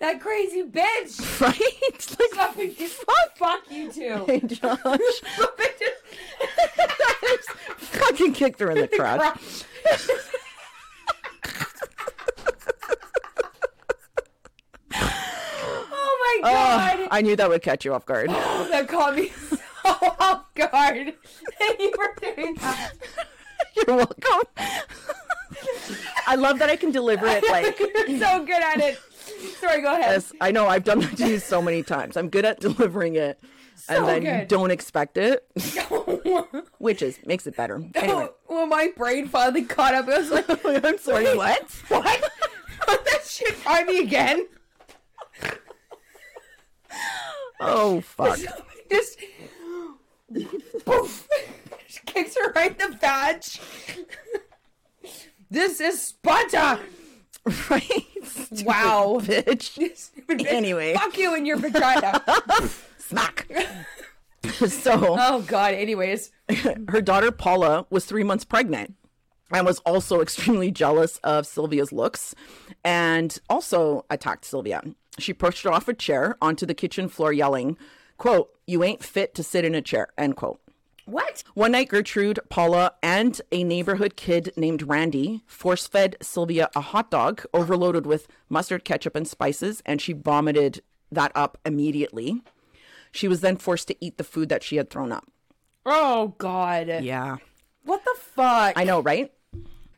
That crazy bitch.
right? Like,
Fuck fuck you two.
hey, Josh. Fucking kicked her in the crotch.
oh my god.
Oh, I knew that would catch you off guard.
that caught me so off guard. Thank you for doing that.
You're welcome. I love that I can deliver it like
You're so good at it. Sorry, go ahead.
as I know I've done that to you so many times. I'm good at delivering it,
So
and then you
good.
don't expect it, which is makes it better. Anyway,
when Oh, my brain finally caught up, I was like,
I'm sorry. What?
what? that shit on me again?
Oh fuck!
Just poof. Just kicks her right in the badge. this is Sparta.
Right? Stupid
Wow.
bitch. Anyway.
Fuck you in your vagina.
Smack. so
oh god, anyways.
her daughter Paula was three months pregnant and was also extremely jealous of Sylvia's looks and also attacked Sylvia. She pushed her off a chair onto the kitchen floor, yelling, quote, You ain't fit to sit in a chair, end quote.
What?
One night, Gertrude, Paula, and a neighborhood kid named Randy force fed Sylvia a hot dog overloaded with mustard, ketchup, and spices, and she vomited that up immediately. She was then forced to eat the food that she had thrown up.
Oh god.
Yeah.
What the fuck?
I know, right?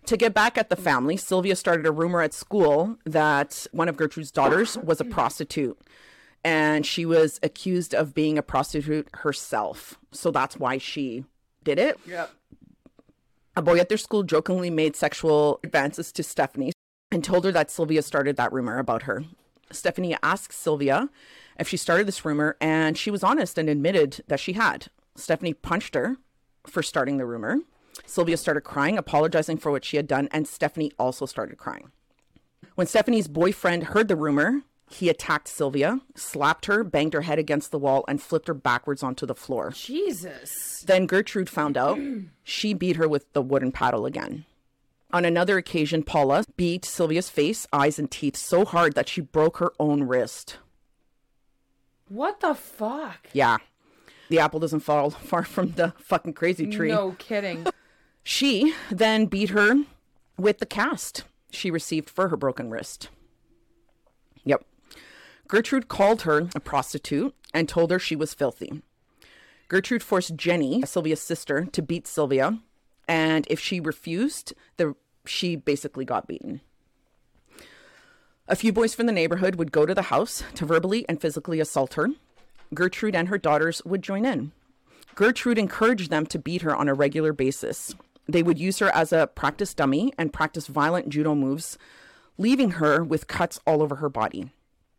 To get back at the family, Sylvia started a rumor at school that one of Gertrude's daughters was a prostitute. And she was accused of being a prostitute herself. So that's why she did it.
Yep.
A boy at their school jokingly made sexual advances to Stephanie and told her that Sylvia started that rumor about her. Stephanie asked Sylvia if she started this rumor, and she was honest and admitted that she had. Stephanie punched her for starting the rumor. Sylvia started crying, apologizing for what she had done, and Stephanie also started crying. When Stephanie's boyfriend heard the rumor, he attacked Sylvia, slapped her, banged her head against the wall, and flipped her backwards onto the floor.
Jesus.
Then Gertrude found out. she beat her with the wooden paddle again. On another occasion, Paula beat Sylvia's face, eyes, and teeth so hard that she broke her own wrist.
What the fuck?
Yeah. The apple doesn't fall far from the fucking crazy tree.
No kidding.
She then beat her with the cast she received for her broken wrist. Yep. Gertrude called her a prostitute and told her she was filthy. Gertrude forced Jenny, Sylvia's sister, to beat Sylvia, and if she refused, the, she basically got beaten. A few boys from the neighborhood would go to the house to verbally and physically assault her. Gertrude and her daughters would join in. Gertrude encouraged them to beat her on a regular basis. They would use her as a practice dummy and practice violent judo moves, leaving her with cuts all over her body.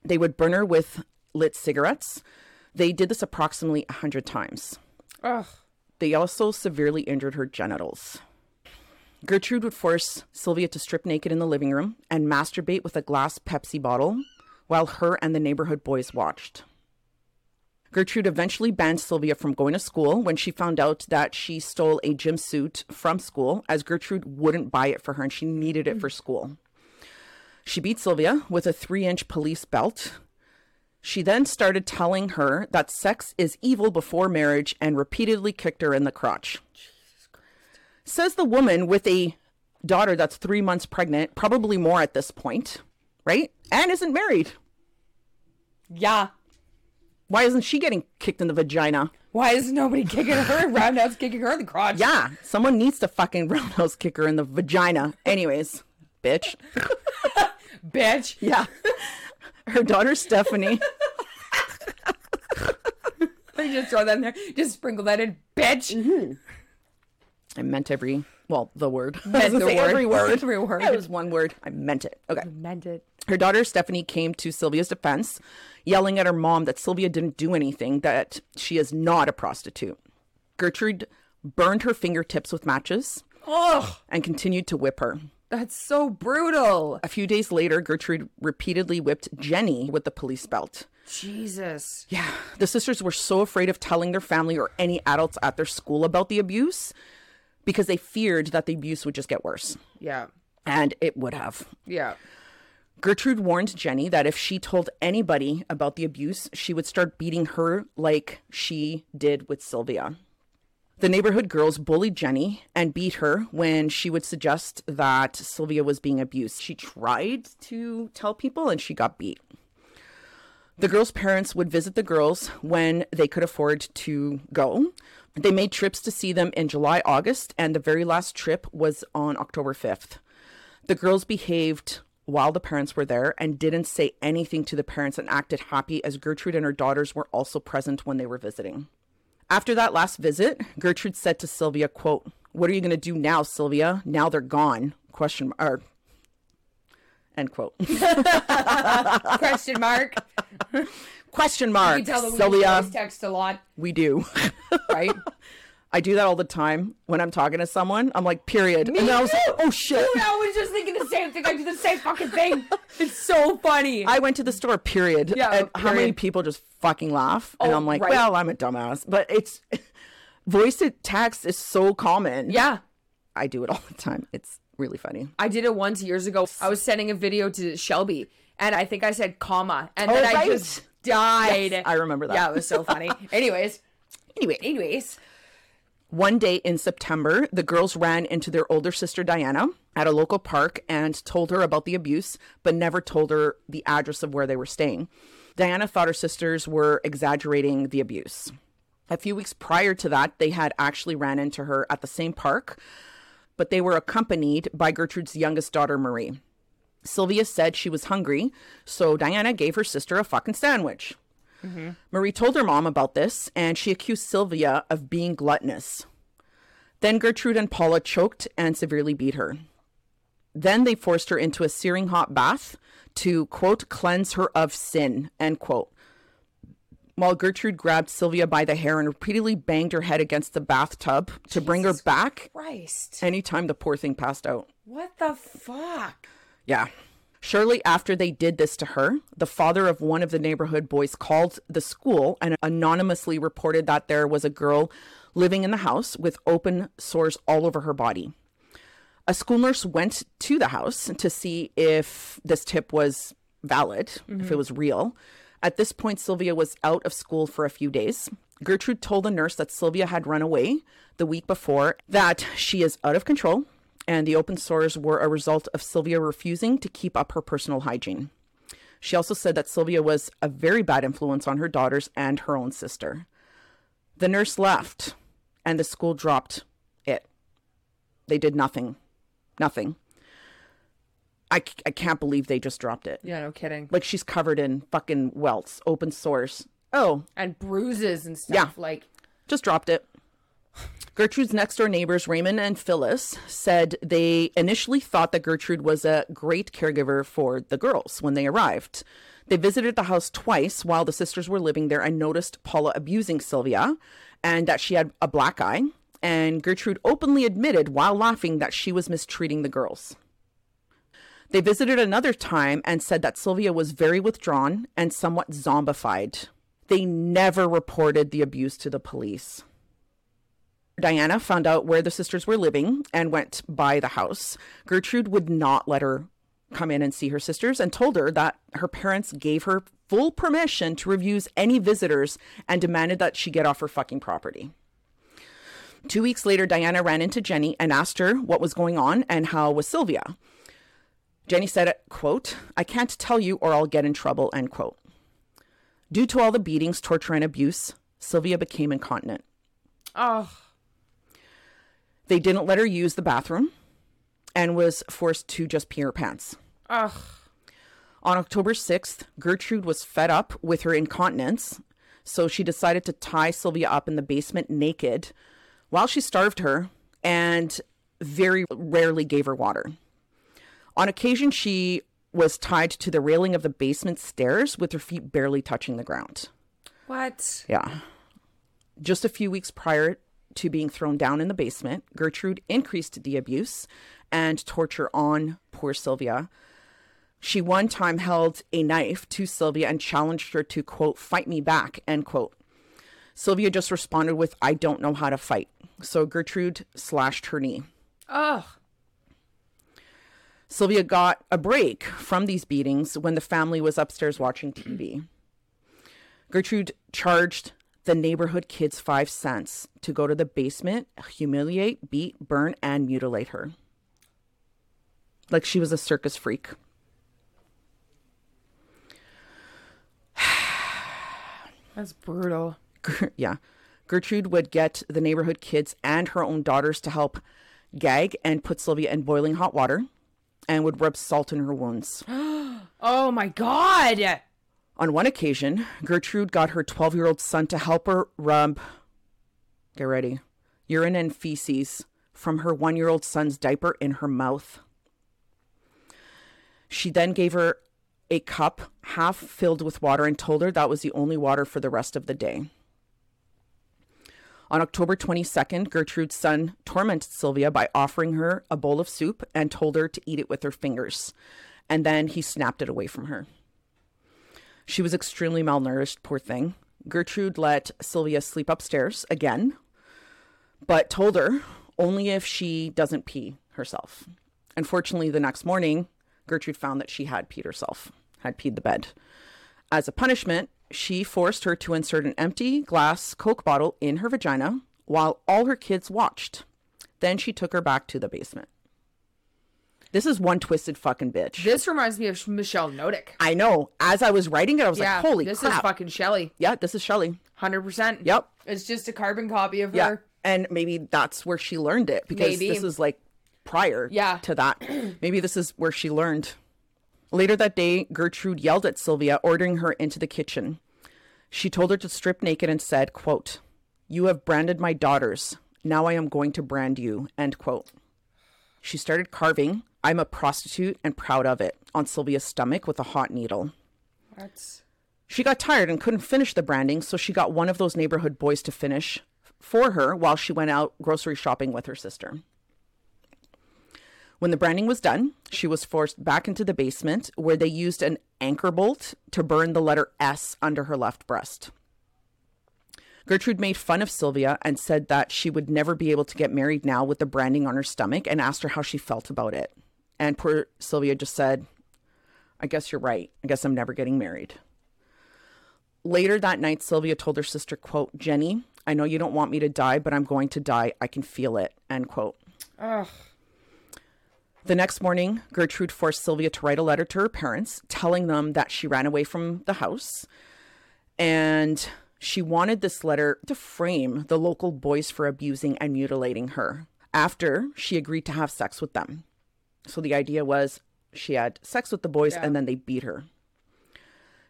They would burn her with lit cigarettes. They did this approximately 100 times.
Ugh.
They also severely injured her genitals. Gertrude would force Sylvia to strip naked in the living room and masturbate with a glass Pepsi bottle while her and the neighborhood boys watched. Gertrude eventually banned Sylvia from going to school when she found out that she stole a gym suit from school, as Gertrude wouldn't buy it for her and she needed it for school. She beat Sylvia with a three inch police belt. She then started telling her that sex is evil before marriage and repeatedly kicked her in the crotch. Says the woman with a daughter that's three months pregnant, probably more at this point, right? And isn't married.
Yeah.
Why isn't she getting kicked in the vagina?
Why is nobody kicking her? Roundhouse kicking her in the crotch.
Yeah, someone needs to fucking roundhouse kick her in the vagina. Anyways, bitch.
Bitch.
Yeah. Her daughter Stephanie.
Let me just throw that in there. Just sprinkle that in. Bitch.
Mm-hmm. I meant every, well, the word. I
Meant
was gonna
the
say
word.
every word.
Every word.
It was one word. I meant it. Okay.
Meant it.
Her daughter Stephanie came to Sylvia's defense, yelling at her mom that Sylvia didn't do anything, that she is not a prostitute. Gertrude burned her fingertips with matches
Ugh.
and continued to whip her.
That's so brutal.
A few days later, Gertrude repeatedly whipped Jenny with the police belt.
Jesus.
Yeah, the sisters were so afraid of telling their family or any adults at their school about the abuse because they feared that the abuse would just get worse.
Yeah.
And it would have.
Yeah.
Gertrude warned Jenny that if she told anybody about the abuse, she would start beating her like she did with Sylvia. The neighborhood girls bullied Jenny and beat her when she would suggest that Sylvia was being abused. She tried to tell people and she got beat. The girls' parents would visit the girls when they could afford to go. They made trips to see them in July, August, and the very last trip was on October 5th. The girls behaved while the parents were there and didn't say anything to the parents and acted happy as Gertrude and her daughters were also present when they were visiting. After that last visit, Gertrude said to Sylvia, quote, "What are you going to do now, Sylvia? Now they're gone." question mark. End quote.
Question mark.
question
You
mark.
tell them
Sylvia,
we text a lot,
we do.
right?
I do that all the time when I'm talking to someone. I'm like, "Period." and then I was like, "Oh shit."
I was just thinking the same thing. I do the same fucking thing. It's so funny.
I went to the store, period.
Yeah,
and how many
period.
people just fucking laugh? and
Oh,
I'm like,
right.
well, I'm a dumbass. But it's voice to text is so common.
yeah.
I do it all the time. It's really funny.
I did it once years ago. I was sending a video to Shelby, and I think I said comma, and
Oh,
then I
right.
just died.
Yes, I remember that.
Yeah, it was so funny. anyways,
Anyway,
anyways,
one day in September, the girls ran into their older sister Diana at a local park and told her about the abuse, but never told her the address of where they were staying. Diana thought her sisters were exaggerating the abuse. A few weeks prior to that, they had actually ran into her at the same park, but they were accompanied by Gertrude's youngest daughter, Marie. Sylvia said she was hungry, so Diana gave her sister a fucking sandwich. Marie told her mom about this, and she accused Sylvia of being gluttonous. Then Gertrude and Paula choked and severely beat her. Then they forced her into a searing hot bath to, quote, cleanse her of sin, end quote. While Gertrude grabbed Sylvia by the hair and repeatedly banged her head against the bathtub to bring her back
Christ,
anytime the poor thing passed out.
what the fuck?
Yeah. Shortly after they did this to her, the father of one of the neighborhood boys called the school and anonymously reported that there was a girl living in the house with open sores all over her body. A school nurse went to the house to see if this tip was valid, if it was real. At this point, Sylvia was out of school for a few days. Gertrude told the nurse that Sylvia had run away the week before, that she is out of control, and the open sores were a result of Sylvia refusing to keep up her personal hygiene. She also said that Sylvia was a very bad influence on her daughters and her own sister. The nurse left, and the school dropped it. They did nothing. Nothing. I, c- I can't believe they just dropped it.
Yeah, no kidding.
Like she's covered in fucking welts, open source. Oh,
And bruises and stuff.
Yeah.
Like,
just dropped it. Gertrude's next door neighbors, Raymond and Phyllis, said they initially thought that Gertrude was a great caregiver for the girls when they arrived. They visited the house twice while the sisters were living there and noticed Paula abusing Sylvia and that she had a black eye. And Gertrude openly admitted while laughing that she was mistreating the girls. They visited another time and said that Sylvia was very withdrawn and somewhat zombified. They never reported the abuse to the police. Diana found out where the sisters were living and went by the house. Gertrude would not let her come in and see her sisters and told her that her parents gave her full permission to refuse any visitors and demanded that she get off her fucking property. Two weeks later, Diana ran into Jenny and asked her what was going on and how was Sylvia. Jenny said, quote, I can't tell you or I'll get in trouble, end quote. Due to all the beatings, torture, and abuse, Sylvia became incontinent.
oh,
They didn't let her use the bathroom and was forced to just pee her pants.
oh,
On October 6th, Gertrude was fed up with her incontinence, so she decided to tie Sylvia up in the basement naked while she starved her and very rarely gave her water. On occasion, she was tied to the railing of the basement stairs with her feet barely touching the ground.
what?
Yeah. Just a few weeks prior to being thrown down in the basement, Gertrude increased the abuse and torture on poor Sylvia. She one time held a knife to Sylvia and challenged her to, quote, fight me back, end quote. Sylvia just responded with, I don't know how to fight. So Gertrude slashed her knee.
Ugh.
Sylvia got a break from these beatings when the family was upstairs watching TV. Gertrude charged the neighborhood kids five cents to go to the basement, humiliate, beat, burn, and mutilate her. Like she was a circus freak.
That's brutal.
Ger- yeah. Gertrude would get the neighborhood kids and her own daughters to help gag and put Sylvia in boiling hot water and would rub salt in her wounds.
Oh my god.
On one occasion, Gertrude got her 12 year old son to help her rub, get ready, urine and feces from her one year old son's diaper in her mouth. She then gave her a cup half filled with water and told her that was the only water for the rest of the day. On October 22nd, Gertrude's son tormented Sylvia by offering her a bowl of soup and told her to eat it with her fingers. And then he snapped it away from her. She was extremely malnourished, poor thing. Gertrude let Sylvia sleep upstairs again, but told her only if she doesn't pee herself. Unfortunately, the next morning, Gertrude found that she had peed herself, had peed the bed. As a punishment, she forced her to insert an empty glass Coke bottle in her vagina while all her kids watched. Then she took her back to the basement. This is one twisted fucking bitch.
This reminds me of Sh- Michelle Nodick.
I know. As I was writing it, I was
Yeah.
like, holy
this
crap.
is fucking Shelly.
yeah, this is Shelly.
100%.
Yep.
It's just a carbon copy of
Yeah.
her.
And maybe that's where she learned it because
Maybe.
this is like prior
Yeah.
to that. Maybe this is where she learned. Later that day, Gertrude yelled at Sylvia, ordering her into the kitchen. She told her to strip naked and said, quote, You have branded my daughters. Now I am going to brand you, end quote. She started carving, I'm a prostitute and proud of it, on Sylvia's stomach with a hot needle.
That's
She got tired and couldn't finish the branding, so she got one of those neighborhood boys to finish for her while she went out grocery shopping with her sister. When the branding was done, she was forced back into the basement where they used an anchor bolt to burn the letter S under her left breast. Gertrude made fun of Sylvia and said that she would never be able to get married now with the branding on her stomach and asked her how she felt about it. And poor Sylvia just said, I guess you're right. I guess I'm never getting married. Later that night, Sylvia told her sister, quote, Jenny, I know you don't want me to die, but I'm going to die. I can feel it, end quote.
ugh.
The next morning, Gertrude forced Sylvia to write a letter to her parents telling them that she ran away from the house. And she wanted this letter to frame the local boys for abusing and mutilating her after she agreed to have sex with them. So the idea was she had sex with the boys and then they beat her.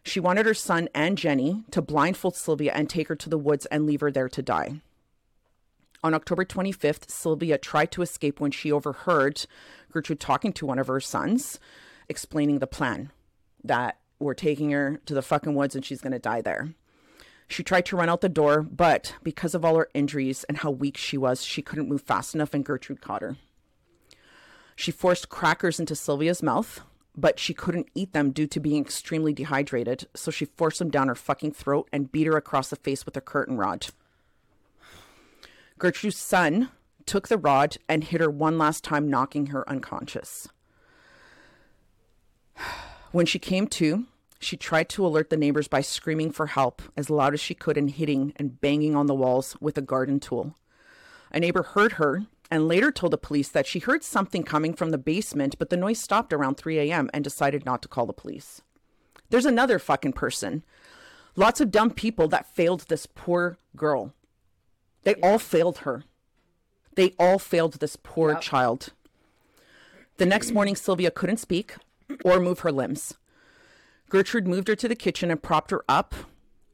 She wanted her son and Jenny to blindfold Sylvia and take her to the woods and leave her there to die. On October 25th, Sylvia tried to escape when she overheard Gertrude talking to one of her sons, explaining the plan that we're taking her to the fucking woods and she's going to die there. She tried to run out the door, but because of all her injuries and how weak she was, she couldn't move fast enough and Gertrude caught her. She forced crackers into Sylvia's mouth, but she couldn't eat them due to being extremely dehydrated, so she forced them down her fucking throat and beat her across the face with a curtain rod. Gertrude's son took the rod and hit her one last time, knocking her unconscious. When she came to, she tried to alert the neighbors by screaming for help as loud as she could and hitting and banging on the walls with a garden tool. A neighbor heard her and later told the police that she heard something coming from the basement, but the noise stopped around 3 a.m. and decided not to call the police. There's another fucking person. Lots of dumb people that failed this poor girl. They all failed her. They all failed this poor child. The next morning, Sylvia couldn't speak or move her limbs. Gertrude moved her to the kitchen and propped her up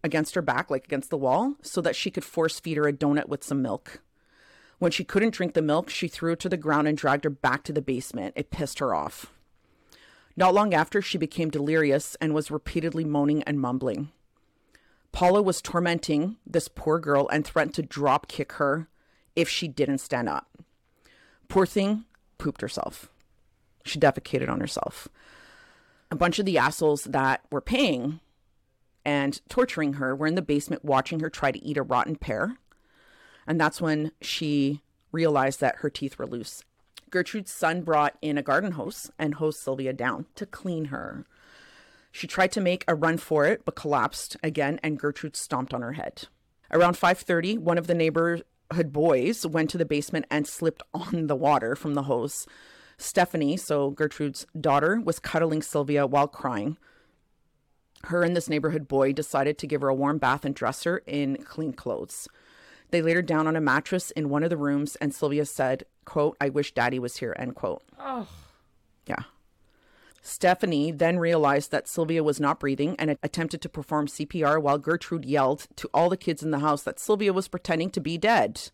against her back, like against the wall, so that she could force feed her a donut with some milk. When she couldn't drink the milk, she threw her to the ground and dragged her back to the basement. It pissed her off. Not long after, she became delirious and was repeatedly moaning and mumbling. Paula was tormenting this poor girl and threatened to drop kick her if she didn't stand up. Poor thing pooped herself. She defecated on herself. A bunch of the assholes that were paying and torturing her. We're in the basement watching her try to eat a rotten pear. And that's when she realized that her teeth were loose. Gertrude's son brought in a garden hose and hosed Sylvia down to clean her. She tried to make a run for it but collapsed again and Gertrude stomped on her head. Around 5:30, one of the neighborhood boys went to the basement and slipped on the water from the hose. Stephanie, so Gertrude's daughter, was cuddling Sylvia while crying. Her and this neighborhood boy decided to give her a warm bath and dress her in clean clothes. They laid her down on a mattress in one of the rooms, and Sylvia said, quote, I wish daddy was here, end quote.
Oh,
Yeah. Stephanie then realized that Sylvia was not breathing and attempted to perform CPR while Gertrude yelled to all the kids in the house that Sylvia was pretending to be dead.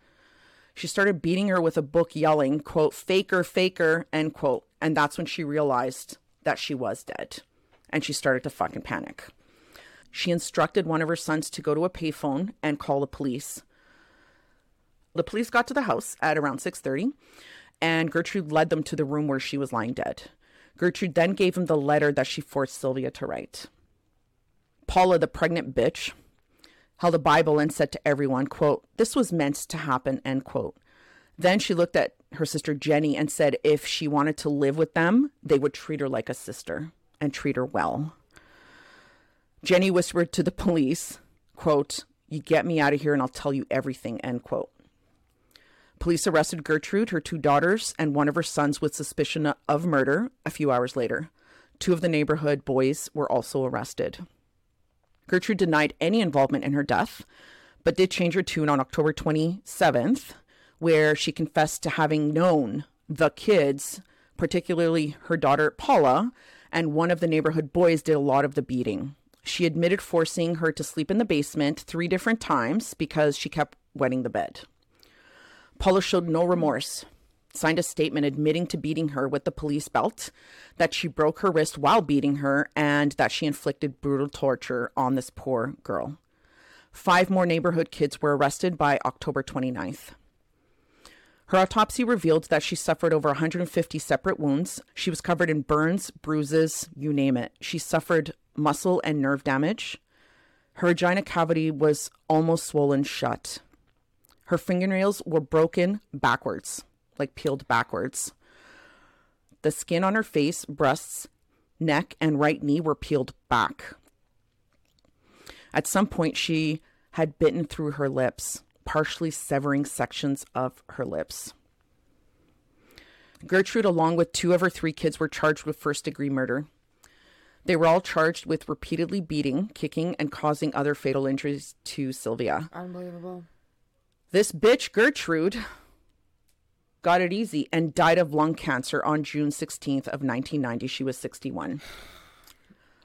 She started beating her with a book, yelling, quote, faker, faker, end quote. And that's when she realized that she was dead. And she started to fucking panic. She instructed one of her sons to go to a payphone and call the police. The police got to the house at around 6:30 and Gertrude led them to the room where she was lying dead. Gertrude then gave him the letter that she forced Sylvia to write. Paula, the pregnant bitch, held a Bible and said to everyone, quote, This was meant to happen, end quote. Then she looked at her sister Jenny and said if she wanted to live with them, they would treat her like a sister and treat her well. Jenny whispered to the police, quote, You get me out of here and I'll tell you everything, end quote. Police arrested Gertrude, her two daughters, and one of her sons with suspicion of murder a few hours later. Two of the neighborhood boys were also arrested. Gertrude denied any involvement in her death, but did change her tune on October 27th, where she confessed to having known the kids, particularly her daughter Paula, and one of the neighborhood boys did a lot of the beating. She admitted forcing her to sleep in the basement three different times because she kept wetting the bed. Paula showed no remorse, signed a statement admitting to beating her with the police belt, that she broke her wrist while beating her, and that she inflicted brutal torture on this poor girl. Five more neighborhood kids were arrested by October 29th. Her autopsy revealed that she suffered over 150 separate wounds. She was covered in burns, bruises, you name it. She suffered muscle and nerve damage. Her vagina cavity was almost swollen shut. Her fingernails were broken backwards, like peeled backwards. The skin on her face, breasts, neck, and right knee were peeled back. At some point, she had bitten through her lips, partially severing sections of her lips. Gertrude, along with two of her three kids, were charged with first degree murder. They were all charged with repeatedly beating, kicking, and causing other fatal injuries to Sylvia.
unbelievable.
This bitch, Gertrude, got it easy and died of lung cancer on June 16th of 1990. She was 61.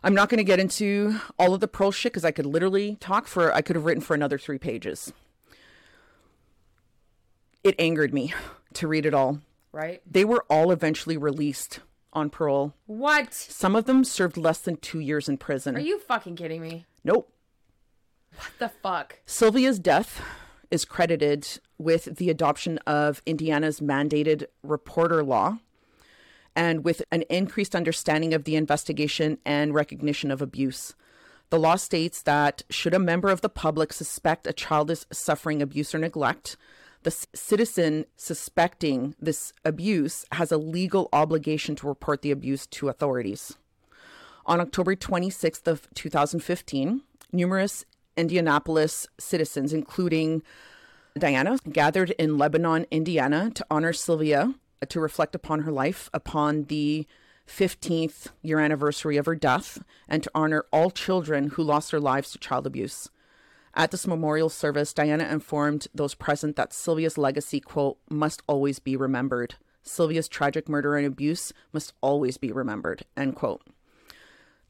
I'm not going to get into all of the pearl shit because I could literally talk for, I could have written for another three pages. It angered me to read it all.
Right?
They were all eventually released on parole.
What?
Some of them served less than two years in
Are
prison.
you fucking kidding me?
nope.
What the fuck?
Sylvia's death is credited with the adoption of Indiana's mandated reporter law and with an increased understanding of the investigation and recognition of abuse. The law states that should a member of the public suspect a child is suffering abuse or neglect, the c- citizen suspecting this abuse has a legal obligation to report the abuse to authorities. On October 26th of 2015, numerous Indianapolis citizens, including Diana, gathered in Lebanon, Indiana, to honor Sylvia, uh, to reflect upon her life upon the 15th year anniversary of her death, and to honor all children who lost their lives to child abuse. At this memorial service, Diana informed those present that Sylvia's legacy, quote, must always be remembered. Sylvia's tragic murder and abuse must always be remembered, end quote.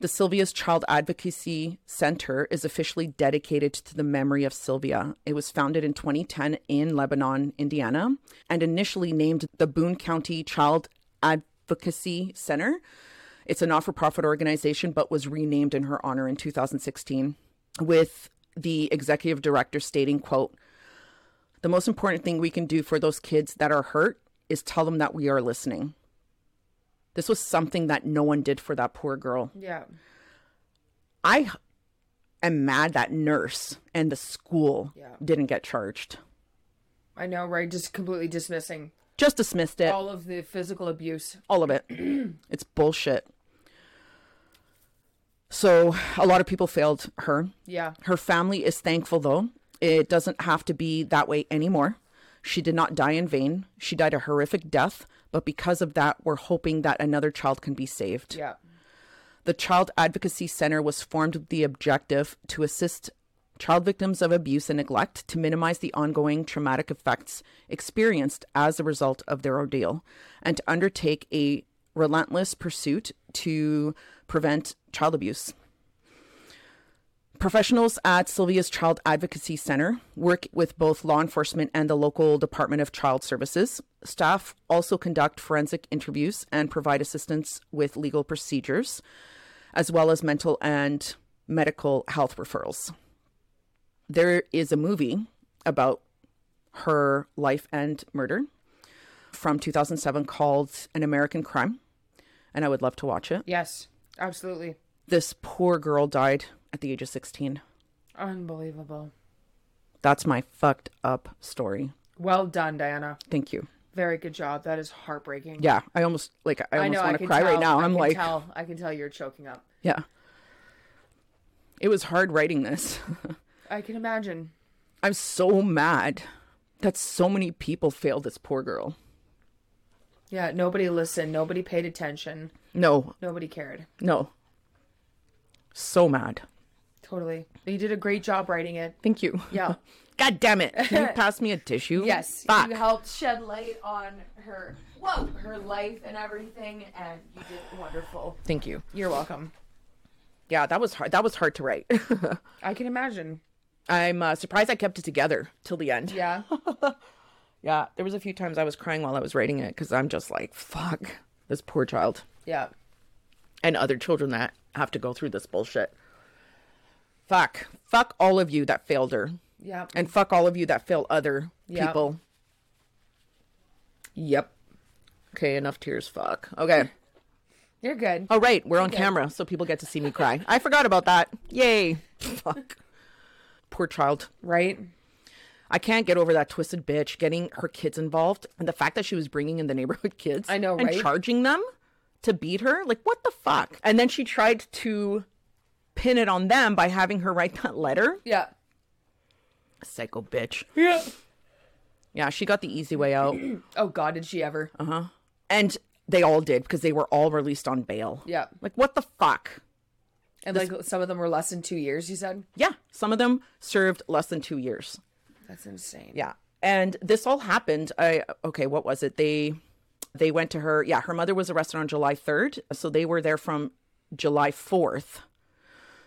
The Sylvia's Child Advocacy Center is officially dedicated to the memory of Sylvia. It was founded in 2010 in Lebanon, Indiana, and initially named the Boone County Child Advocacy Center. It's a not for profit organization, but was renamed in her honor in 2016, with the executive director stating, quote, the most important thing we can do for those kids that are hurt is tell them that we are listening. This was something that no one did for that poor girl.
Yeah.
I am mad that nurse and the school
Yeah.
didn't get charged.
I know, right? Just completely dismissing
Just dismissed it.
all of the physical abuse.
all of it. it's bullshit. So a lot of people failed her.
Yeah.
Her family is thankful though. It doesn't have to be that way anymore. She did not die in vain. She died a horrific death, but because of that, we're hoping that another child can be saved.
Yeah.
The Child Advocacy Center was formed with the objective to assist child victims of abuse and neglect to minimize the ongoing traumatic effects experienced as a result of their ordeal and to undertake a relentless pursuit to prevent child abuse. Professionals at Sylvia's Child Advocacy Center work with both law enforcement and the local Department of Child Services. Staff also conduct forensic interviews and provide assistance with legal procedures, as well as mental and medical health referrals. There is a movie about her life and murder from 2007 called An American Crime, and I would love to watch it.
Yes. Absolutely.
This poor girl died at the age of 16.
Unbelievable.
That's my fucked up story.
Well done, Diana.
Thank you.
Very good job. That is heartbreaking.
Yeah, I almost like I
I
almost
know. I
want to
can
cry
tell.
right now.
I
I'm
can
like,
tell. I can tell you're choking up.
yeah. It was hard writing this.
I can imagine.
I'm so mad that so many people failed this poor girl.
Yeah. Nobody listened. Nobody paid attention.
No,
Nobody cared.
no. So mad.
Totally. You did a great job writing it.
Thank you.
Yeah.
God damn it. Can you pass me a tissue?
Yes,
Fuck.
you helped shed light on her, whoa, her life and everything, and you did wonderful.
Thank you.
You're welcome.
Yeah, that was hard. That was hard to write.
I can imagine.
I'm uh, surprised I kept it together till the end.
Yeah,
Yeah, there was a few times I was crying while I was writing it because I'm just like, fuck, this poor child
yeah.
and other children that have to go through this bullshit. Fuck, fuck all of you that failed her,
Yeah.
and fuck all of you that fail other
Yeah.
people. Yep. Okay, enough tears. Fuck. Okay.
You're good.
All Oh, right, we're on camera, so people get to see me cry. I forgot about that. Yay. Fuck. Poor child.
Right?
I can't get over that twisted bitch getting her kids involved and the fact that she was bringing in the neighborhood kids.
I know,
and
right?
Charging them to beat her. Like, what the fuck? And then she tried to pin it on them by having her write that letter.
Yeah.
Psycho bitch.
Yeah.
Yeah, she got the easy way out.
Oh, God, did she ever?
and they all did because they were all released on bail.
Yeah.
Like, what the fuck?
And like some of them were less than two years, you said?
Yeah, some of them served less than two years.
That's insane.
Yeah. And this all happened. I okay, what was it? They they went to her. Yeah, her mother was arrested on July 3rd, so they were there from July 4th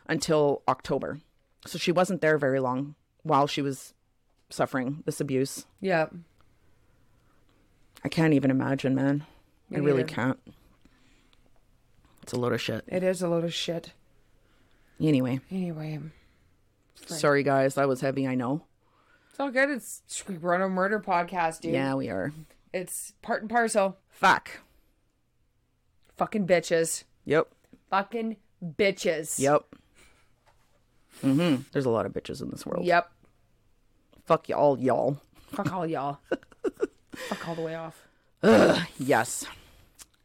until October. So she wasn't there very long while she was suffering this abuse.
Yeah.
I can't even imagine, man. I really
neither.
can't. It's a load of shit.
It is a load of shit.
Anyway,
Anyway,
sorry guys, that was heavy, I know.
it's all good. It's we run a murder podcast, dude.
Yeah, we are.
It's part and parcel.
Fuck.
Fucking bitches.
Yep.
Fucking bitches.
Yep. Mhm. There's a lot of bitches in this world.
Yep.
Fuck y'all, y'all.
Fuck all y'all. Fuck all the way off.
Yes.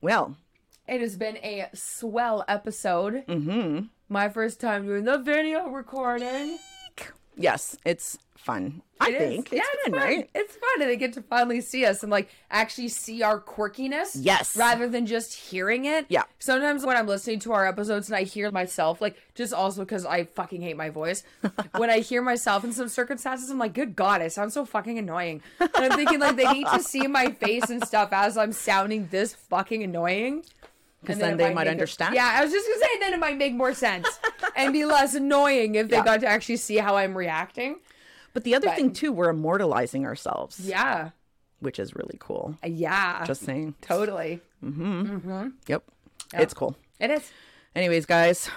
Well,
It has been a swell episode. Mm-hmm. My first time doing the video recording.
yes, it's fun. I
It is-
think
yeah,
it's fun, right?
It's fun, and they get to finally see us and like actually see our quirkiness.
Yes.
rather than just hearing it.
Yeah.
Sometimes when I'm listening to our episodes and I hear myself, like just also because I fucking hate my voice, when I hear myself in some circumstances, I'm like, good god, I sound so fucking annoying. And I'm thinking like they need to see my face and stuff as I'm sounding this fucking annoying.
Because
And
then,
it
they
might
might
make-
understand.
yeah, I was just gonna say then it might make more sense and be less annoying if they
Yeah.
got to actually see how I'm reacting.
But the other
But-
thing too, we're immortalizing ourselves,
Yeah,
which is really cool.
yeah,
Just saying.
totally.
Yep. It's cool.
It is.
Anyways, guys,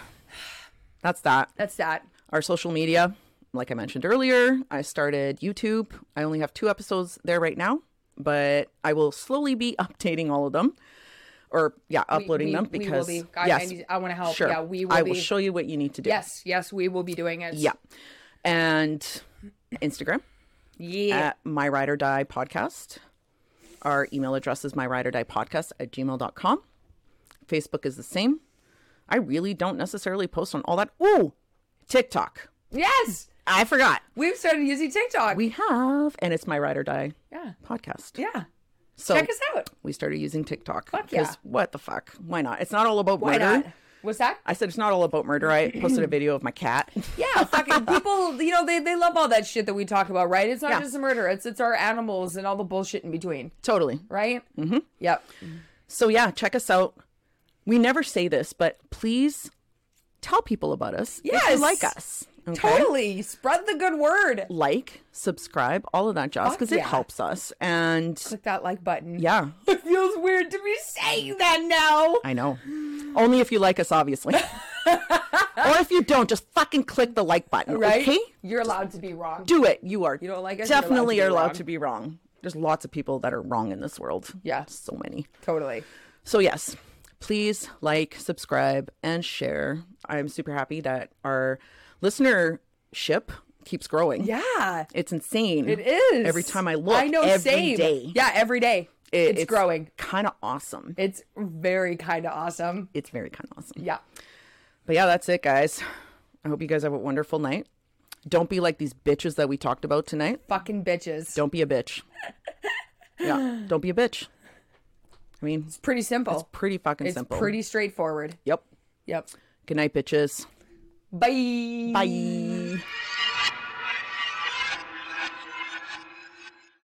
that's that.
That's that.
Our social media, like I mentioned earlier, I started YouTube. I only have two episodes there right now, but I will slowly be updating all of them. or yeah, uploading
we,
them
we
because
will be. God, I,
yes,
need- I want to help.
sure,
Yeah, we will
I
be.
will show you what you need to do.
yes, yes, we will be doing it.
yeah, and Instagram
Yeah.
at my ride or die podcast. Our email address is my ride or die podcast at gmail.com. Facebook is the same. I really don't necessarily post on all that. Ooh, TikTok.
yes.
I forgot.
We've started using TikTok.
We have, and it's my ride or die
yeah.
podcast.
Yeah.
So
Check us out.
we started using TikTok.
Fuck
because
yeah.
What the fuck? Why not? It's not all about
Why
murder.
not? What's that?
I said it's not all about murder. I posted a video of my cat.
Yeah, fucking people. You know they, they love all that shit that we talk about, right? It's not
Yeah.
just the murder. It's it's our animals and all the bullshit in between,
totally.
right? Mm-hmm. Yep.
So yeah, check us out. We never say this, but please tell people about us. If
Yes.
you like us. Okay?
Totally. Spread the good word.
Like, subscribe, all of that jazz,
Fuck
because it
yeah.
helps us. And
Click that like button.
yeah,
It feels weird to be saying that now.
I know. Only if you like us, obviously. or if you don't, just fucking click the like button.
Right?
Okay?
You're allowed to be wrong.
Do it. You are
You don't like us, you're allowed to
definitely
be
are allowed
wrong.
to be wrong. There's lots of people that are wrong in this world.
Yeah.
So many.
Totally.
So, yes, please like, subscribe, and share. I'm super happy that our listenership keeps growing.
Yeah.
It's insane.
It is.
Every time I look,
I know
every
same.
day.
Yeah, every day.
It-
it's, growing.
Kind of awesome.
It's very kind of awesome.
it's very kind of awesome.
Yeah.
But yeah, that's it, guys. I hope you guys have a wonderful night. Don't be like these bitches that we talked about tonight.
Fucking bitches.
Don't be a bitch. yeah, don't be a bitch. I mean, it's
it's pretty simple.
pretty fucking
It's,
simple.
pretty straightforward.
Yep.
Yep.
Good night, bitches.
Bye.
Bye.